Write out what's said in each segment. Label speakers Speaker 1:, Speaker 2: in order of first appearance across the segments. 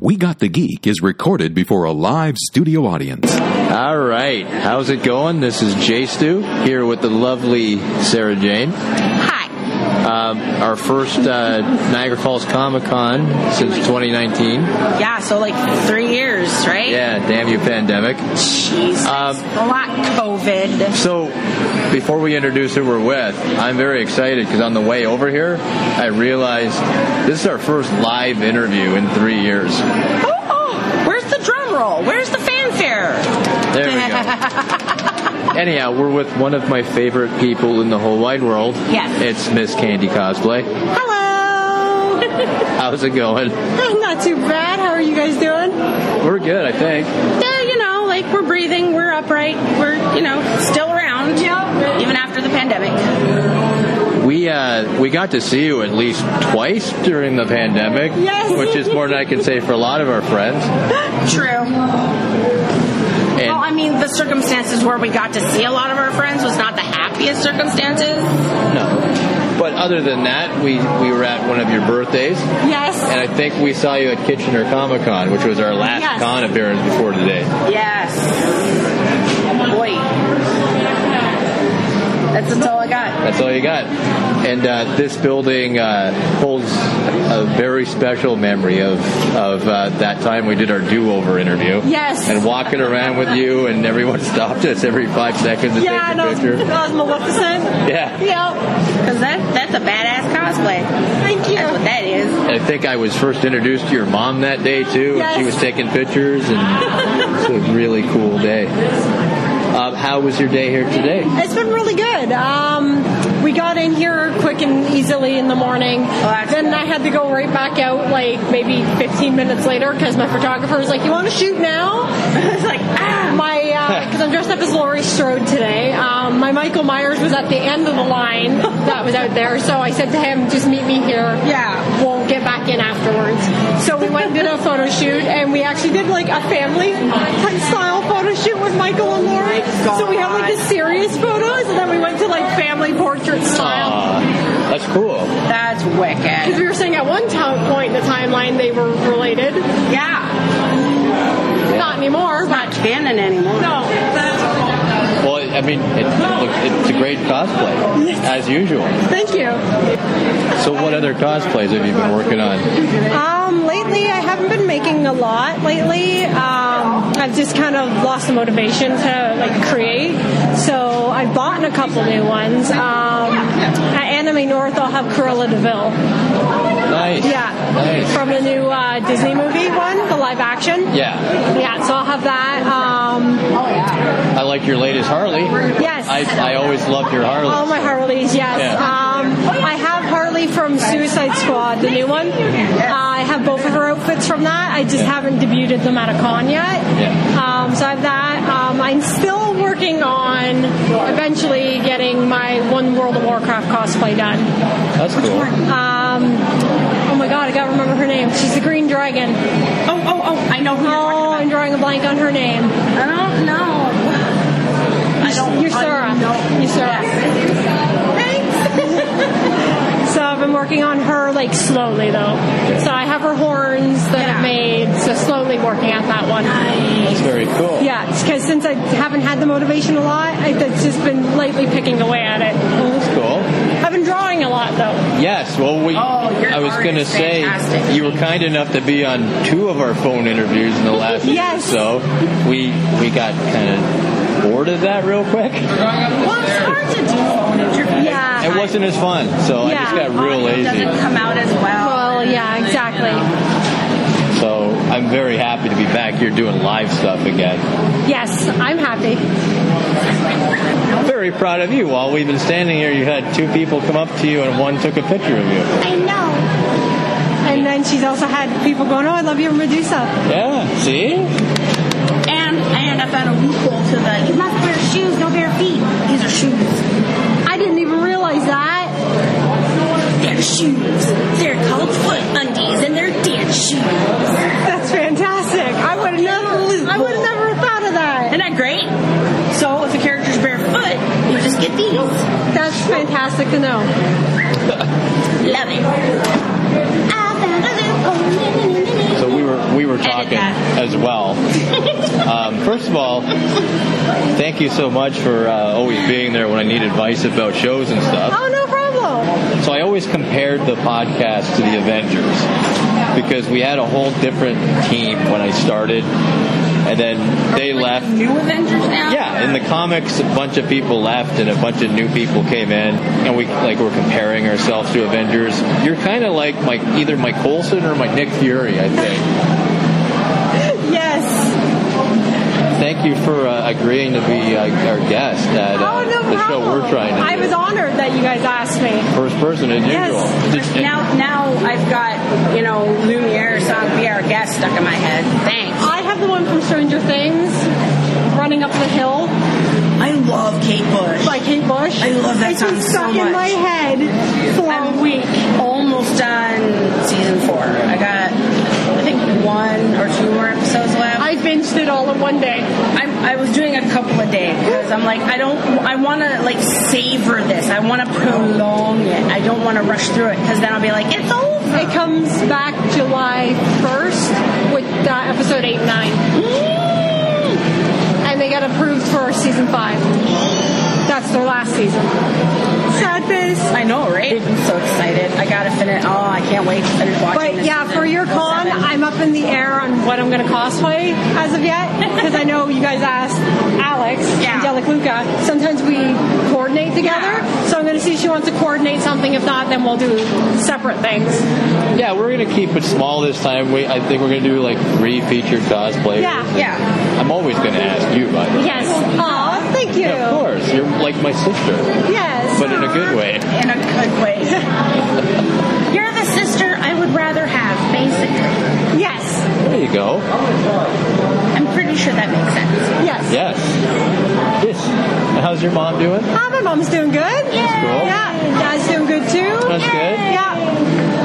Speaker 1: We Got the Geek is recorded before a live studio audience.
Speaker 2: All right. How's it going? This is Jay Stu here with the lovely Sarah Jane.
Speaker 3: Hi.
Speaker 2: Um, our first uh, Niagara Falls Comic Con since 2019.
Speaker 3: Yeah, so like three years, right?
Speaker 2: Yeah, damn you, pandemic.
Speaker 3: Jeez.
Speaker 2: Um,
Speaker 3: a lot COVID.
Speaker 2: So, before we introduce who we're with, I'm very excited because on the way over here, I realized this is our first live interview in three years.
Speaker 3: Oh, oh, where's the drum roll? Where's the fanfare?
Speaker 2: There we go. Anyhow, we're with one of my favorite people in the whole wide world.
Speaker 3: Yes.
Speaker 2: It's Miss Candy Cosplay.
Speaker 3: Hello.
Speaker 2: How's it going?
Speaker 3: Not too bad. How are you guys doing?
Speaker 2: We're good, I think.
Speaker 3: Yeah, you know, like we're breathing, we're upright, we're, you know, still around. Yep. Even after the pandemic.
Speaker 2: We uh, we got to see you at least twice during the pandemic,
Speaker 3: Yes.
Speaker 2: which is more than I can say for a lot of our friends.
Speaker 3: True.
Speaker 2: And
Speaker 3: Well, I mean, the circumstances where we got to see a lot of our friends was not the happiest circumstances.
Speaker 2: no, but other than that, we we were at one of your birthdays, and
Speaker 3: Yes.
Speaker 2: I think we saw you at Kitchener Comic Con, which was our last
Speaker 3: Yes.
Speaker 2: con appearance before today.
Speaker 3: Yes. Boy. That's, that's all I got.
Speaker 2: That's all you got. And uh, this building uh, holds a very special memory of of uh, that time we did our do over interview.
Speaker 3: Yes.
Speaker 2: And walking around with you, and everyone stopped us every five seconds to take a picture.
Speaker 3: was Maleficent.
Speaker 2: Yeah.
Speaker 3: Because that, that's a badass cosplay. Thank you. That's what that is.
Speaker 2: I think I was first introduced to your mom that day too, and she
Speaker 3: Yes.
Speaker 2: was taking pictures, and it's a really cool day. Um, how was your day here today?
Speaker 4: It's been really good. Um, we got in here quick and easily in the morning.
Speaker 3: that's
Speaker 4: then I had to go right back out, like maybe 15 minutes later, because my photographer was like, "You want to shoot now?"
Speaker 3: It's like, ah.
Speaker 4: My because I'm dressed up as Laurie Strode today. Um, my Michael Myers was at the end of the line that was out there, so I said to him, "Just meet me here."
Speaker 3: Yeah.
Speaker 4: We'll get back in afterwards. So we went and did a photo shoot, and we actually did like a family type style photo shoot with Michael and Laurie. so we had like the serious photos, and then we went to like family portrait style.
Speaker 2: Aw, that's cool.
Speaker 3: That's
Speaker 4: Because
Speaker 3: wicked.
Speaker 4: we were saying at one time point in the timeline they were related.
Speaker 3: Yeah.
Speaker 4: Not anymore, but
Speaker 3: Not canon anymore.
Speaker 4: no.
Speaker 2: Well, I mean, it, look, it's a great cosplay as usual.
Speaker 4: Thank you.
Speaker 2: So, what other cosplays have you been working on?
Speaker 4: Um, lately, I haven't been making a lot. Lately, um, I've just kind of lost the motivation to like create. So I've bought a couple new ones. Um, at Anime North, I'll have Cruella Deville.
Speaker 2: Nice.
Speaker 4: Yeah,
Speaker 2: Nice.
Speaker 4: from the new uh, Disney movie one, the live action.
Speaker 2: Yeah,
Speaker 4: Yeah, so I'll have that. Um,
Speaker 2: I like your latest Harley.
Speaker 4: yes.
Speaker 2: I, I always loved your Harley.
Speaker 4: all Oh, my Harleys, yes.
Speaker 2: Yeah.
Speaker 4: Um, I have Harley from Suicide Squad, the new one. Uh, I have both of her outfits from that. I just haven't debuted them at a con yet.
Speaker 2: Yeah.
Speaker 4: Um, so I have that. Um, I'm still working on eventually getting my one World of Warcraft cosplay done.
Speaker 2: That's cool.
Speaker 4: Um, oh my god, I gotta remember her name. She's the Green Dragon.
Speaker 3: Oh, oh, oh. I know who you're talking
Speaker 4: Oh, I'm drawing a blank on her name.
Speaker 3: I don't know. I don't.
Speaker 4: You're Sarah.
Speaker 3: I don't
Speaker 4: You're Sarah. So I've been working on her like slowly though. So I have her horns that
Speaker 3: Yeah.
Speaker 4: I've made. So slowly working at that one.
Speaker 2: That's very cool.
Speaker 4: Yeah, because since I haven't had the motivation a lot, I, that's just been lightly picking away at it.
Speaker 2: That's
Speaker 3: Mm-hmm.
Speaker 2: cool.
Speaker 4: I've been drawing a lot though.
Speaker 2: Yes. Well, we.
Speaker 3: Oh, your
Speaker 2: I was
Speaker 3: art
Speaker 2: going to
Speaker 3: is
Speaker 2: say
Speaker 3: fantastic.
Speaker 2: you were kind enough to be on two of our phone interviews in the last
Speaker 4: Yes.
Speaker 2: year, or so we we got kind of bored of that real quick.
Speaker 3: Well, it's hard to do phone interviews.
Speaker 4: Yeah.
Speaker 2: It wasn't as fun, so I just
Speaker 4: Yeah.
Speaker 2: got real
Speaker 3: Audio Oh, doesn't
Speaker 2: lazy.
Speaker 3: come out as well.
Speaker 4: Well, yeah,
Speaker 3: And,
Speaker 4: exactly.
Speaker 3: you know.
Speaker 2: So I'm very happy to be back here doing live stuff again.
Speaker 4: Yes, I'm happy.
Speaker 2: I'm very proud of you. While we've been standing here, you had two people come up to you, and one took a picture of you.
Speaker 4: I know. And then she's also had people going, "Oh, I love your Medusa."
Speaker 2: Yeah. See.
Speaker 3: And and I found a loophole to the you must wear shoes, no bare feet. These are shoes.
Speaker 4: I didn't even realize that.
Speaker 3: They're shoes. They're called foot undies, and they're dance shoes.
Speaker 4: That's fantastic. I would have never. I would have never thought of that.
Speaker 3: Isn't that great? So if a character's barefoot, you just get these. Love
Speaker 4: That's fantastic to know.
Speaker 3: it.
Speaker 2: So we were we were talking
Speaker 3: that.
Speaker 2: as well. um, first of all, thank you so much for uh, always being there when I need advice about shows and stuff.
Speaker 4: Oh, no problem.
Speaker 2: So I always compared the podcast to the Avengers because we had a whole different team when I started, and then they left.
Speaker 3: New Avengers now.
Speaker 2: Yeah, in the comics, a bunch of people left and a bunch of new people came in, and we like we're comparing ourselves to Avengers. You're kind of like my either Mike Colson or my Nick Fury, I think.
Speaker 4: Yes.
Speaker 2: Thank you for uh, agreeing to be uh, our guest at uh,
Speaker 4: Oh, no
Speaker 2: the
Speaker 4: problem.
Speaker 2: show we're trying to
Speaker 4: I was honored that you guys asked me.
Speaker 2: first person as
Speaker 4: Yes.
Speaker 2: usual. Did- and-
Speaker 3: Now, now I've got you know Lumiere song "Be Our Guest" stuck in my head. Thanks.
Speaker 4: I have the one from Stranger Things, Running Up the Hill
Speaker 5: I love Kate Bush.
Speaker 4: by Kate Bush.
Speaker 5: I love that
Speaker 4: It's
Speaker 5: song
Speaker 4: been stuck
Speaker 5: so
Speaker 4: in
Speaker 5: much.
Speaker 4: my head for
Speaker 3: I'm
Speaker 4: a week.
Speaker 3: almost done season four. I got I think one or two more episodes left.
Speaker 4: I binged it all in one day.
Speaker 3: I'm, I was doing a couple a day because I'm like I don't I want to like savor this. I want to prolong it. I don't want to rush through it because then I'll be like it's over.
Speaker 4: It comes back July 1st with uh, episode 8 and 9. And they got approved for season 5. That's their last season. Sad face.
Speaker 3: I know, right? I'm so excited. I gotta finish. Oh, I can't wait to finish watching.
Speaker 4: But
Speaker 3: this
Speaker 4: yeah,
Speaker 3: season.
Speaker 4: for your con, I'm up in the air on what I'm going to cosplay as of yet. Because I know you guys asked Alex,
Speaker 3: Yeah.
Speaker 4: Delic Luca. Sometimes we coordinate together. So I'm going to see if she wants to coordinate something. If not, then we'll do separate things.
Speaker 2: yeah, we're gonna keep it small this time. We I think we're gonna do like three featured cosplayers.
Speaker 4: Yeah.
Speaker 3: yeah,
Speaker 2: I'm always gonna ask you, by the way.
Speaker 4: Yes. Aw, thank you.
Speaker 2: Of course, you're like my sister,
Speaker 4: Yes.
Speaker 2: but in a good way.
Speaker 3: in a good way. You're the sister I would rather have, basically.
Speaker 4: Yes.
Speaker 2: There you go.
Speaker 3: I'm pretty sure that makes sense.
Speaker 4: Yes.
Speaker 2: Yes. Yes. And how's your mom doing?
Speaker 4: Ah, my mom's doing good.
Speaker 2: cool.
Speaker 4: Yeah. Dad's doing good too.
Speaker 2: That's good.
Speaker 4: Yeah.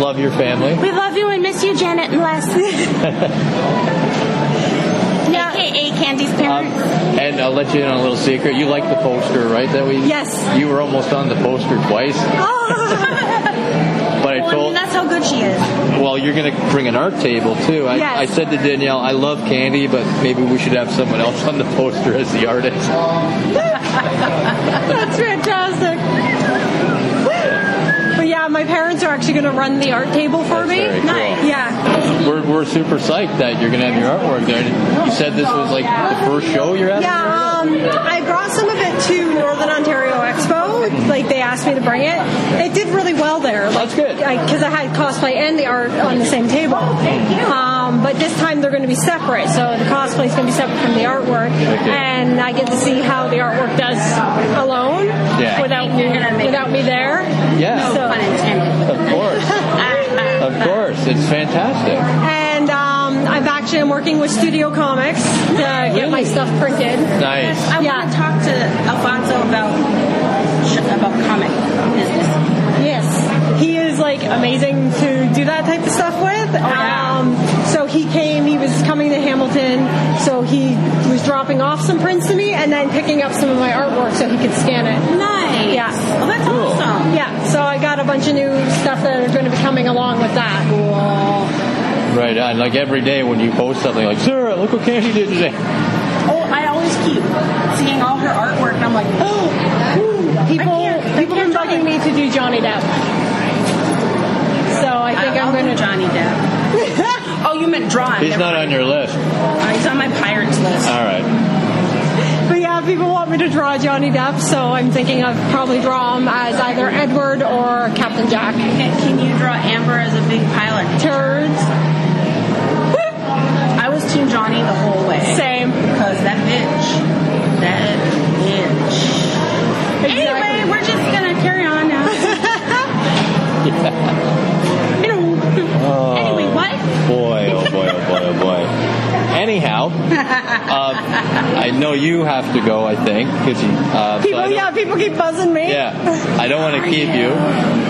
Speaker 2: Love your family.
Speaker 3: We love you and miss you, Janet and Les.
Speaker 4: Yeah.
Speaker 3: AKA Candy's
Speaker 2: Um,
Speaker 3: parents.
Speaker 2: and I'll let you in on a little secret. You like the poster, right? That we.
Speaker 4: Yes.
Speaker 2: You were almost on the poster twice,
Speaker 4: Oh.
Speaker 2: but I
Speaker 3: well, I mean,
Speaker 2: told.
Speaker 3: that's how good she is.
Speaker 2: Well, you're gonna bring an art table too. I,
Speaker 4: Yes.
Speaker 2: I said to Danielle, I love candy, but maybe we should have someone else on the poster as the artist.
Speaker 4: That's fantastic. But yeah, my parents are actually going to run the art table for
Speaker 2: That's
Speaker 4: me.
Speaker 2: very cool. Nice.
Speaker 4: Yeah.
Speaker 2: We're, we're super psyched that you're gonna have your artwork there. And You said this was like the first show you're at.
Speaker 4: Yeah, um, I brought some of it to Northern Ontario Expo. Like, they asked me to bring it. It did really well there. Like,
Speaker 2: That's good.
Speaker 4: Because I, had cosplay and the art on the same table. Um, but this time they're going to be separate. So the cosplay is going to be separate from the artwork.
Speaker 2: Okay.
Speaker 4: And I get to see how the artwork does alone
Speaker 2: Yeah.
Speaker 4: without,
Speaker 3: You're gonna make
Speaker 4: without me there.
Speaker 2: Yeah.
Speaker 4: So-
Speaker 3: Pun intended.
Speaker 2: Of
Speaker 3: uh,
Speaker 2: course. Of course, it's fantastic.
Speaker 4: and um, I've actually I'm working with Studio Comics to get my stuff printed.
Speaker 2: Nice.
Speaker 3: I
Speaker 4: Yeah.
Speaker 3: want to talk to Alfonso about sh- about comic business.
Speaker 4: Yes, he is like amazing to do that type of stuff with.
Speaker 3: Oh, yeah.
Speaker 4: um, so he came, he was coming to Hamilton, so he was dropping off some prints to me and then picking up some of my artwork so he could scan it.
Speaker 3: Nice.
Speaker 4: Yeah.
Speaker 3: Oh, that's awesome.
Speaker 4: Yeah, so I got a bunch of new stuff that are going to be coming along with that.
Speaker 2: Right on. Like every day when you post something, like Sarah, look what Candy did today.
Speaker 3: Oh, I always keep seeing all her artwork, and I'm like, oh,
Speaker 4: People,
Speaker 3: I can't- I
Speaker 4: people have been
Speaker 3: can't
Speaker 4: bugging me to do Johnny Depp. So I think
Speaker 3: I'll
Speaker 4: I'm
Speaker 3: do
Speaker 4: going to.
Speaker 3: Johnny Depp. oh, you meant drawing.
Speaker 2: He's not Uh, on your list. All
Speaker 3: Uh, he's on my pirates list.
Speaker 2: right.
Speaker 4: But yeah, people want me to draw Johnny Depp, so I'm thinking I'll probably draw him as either Edward or Captain Jack.
Speaker 3: Can, can you draw Amber as a big pilot?
Speaker 4: Turds,
Speaker 3: I was Team Johnny the whole way.
Speaker 4: same.
Speaker 3: Because that bitch. That bitch.
Speaker 4: Exactly.
Speaker 3: Anyway, we're just going to carry on now. you know.
Speaker 2: Oh,
Speaker 3: Anyway, what?
Speaker 2: boy, oh boy, oh boy, oh boy. Anyhow, um, I know you have to go. I think because you. Uh, so I
Speaker 4: People,
Speaker 2: don't-
Speaker 4: yeah, people keep buzzing me.
Speaker 2: Yeah, I don't want to keep you,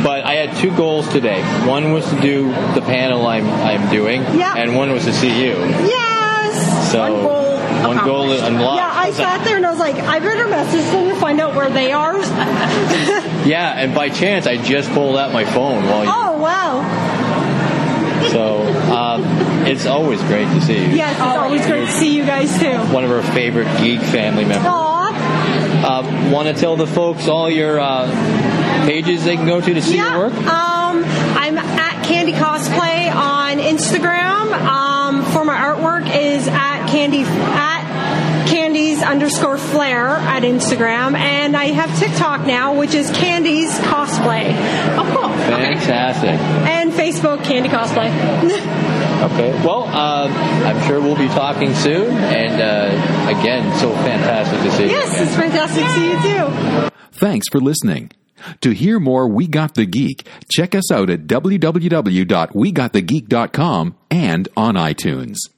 Speaker 2: but I had two goals today. One was to do the panel I'm I'm doing,
Speaker 4: Yeah.
Speaker 2: and one was to see you.
Speaker 4: Yes.
Speaker 2: So
Speaker 3: One goal
Speaker 2: one goal
Speaker 3: accomplished.
Speaker 2: unlocked.
Speaker 4: Yeah, I sat there and I was like, I better message them to find out where they are.
Speaker 2: Yeah, and by chance, I just pulled out my phone while you.
Speaker 4: Oh wow.
Speaker 2: So um, it's always great to see you.
Speaker 4: Yes, it's always great to see you guys too.
Speaker 2: One of our favorite geek family members.
Speaker 4: Aw.
Speaker 2: Uh, Want to tell the folks all your uh, pages they can go to to see
Speaker 4: yeah.
Speaker 2: your work?
Speaker 4: Um, I'm at Candy Cosplay on Instagram. Um, for my artwork is at Candy at Candy's underscore Flair at Instagram, and I have TikTok now, which is Candy's Cosplay. Oh, cool.
Speaker 2: Fantastic.
Speaker 4: And Facebook Candy Cosplay.
Speaker 2: Okay. Well, uh, I'm sure we'll be talking soon. And uh, again, so fantastic to see you.
Speaker 4: yes, it's fantastic to see you too.
Speaker 1: Thanks for listening. To hear more We Got the Geek, check us out at www.wegotthegeek.com and on iTunes.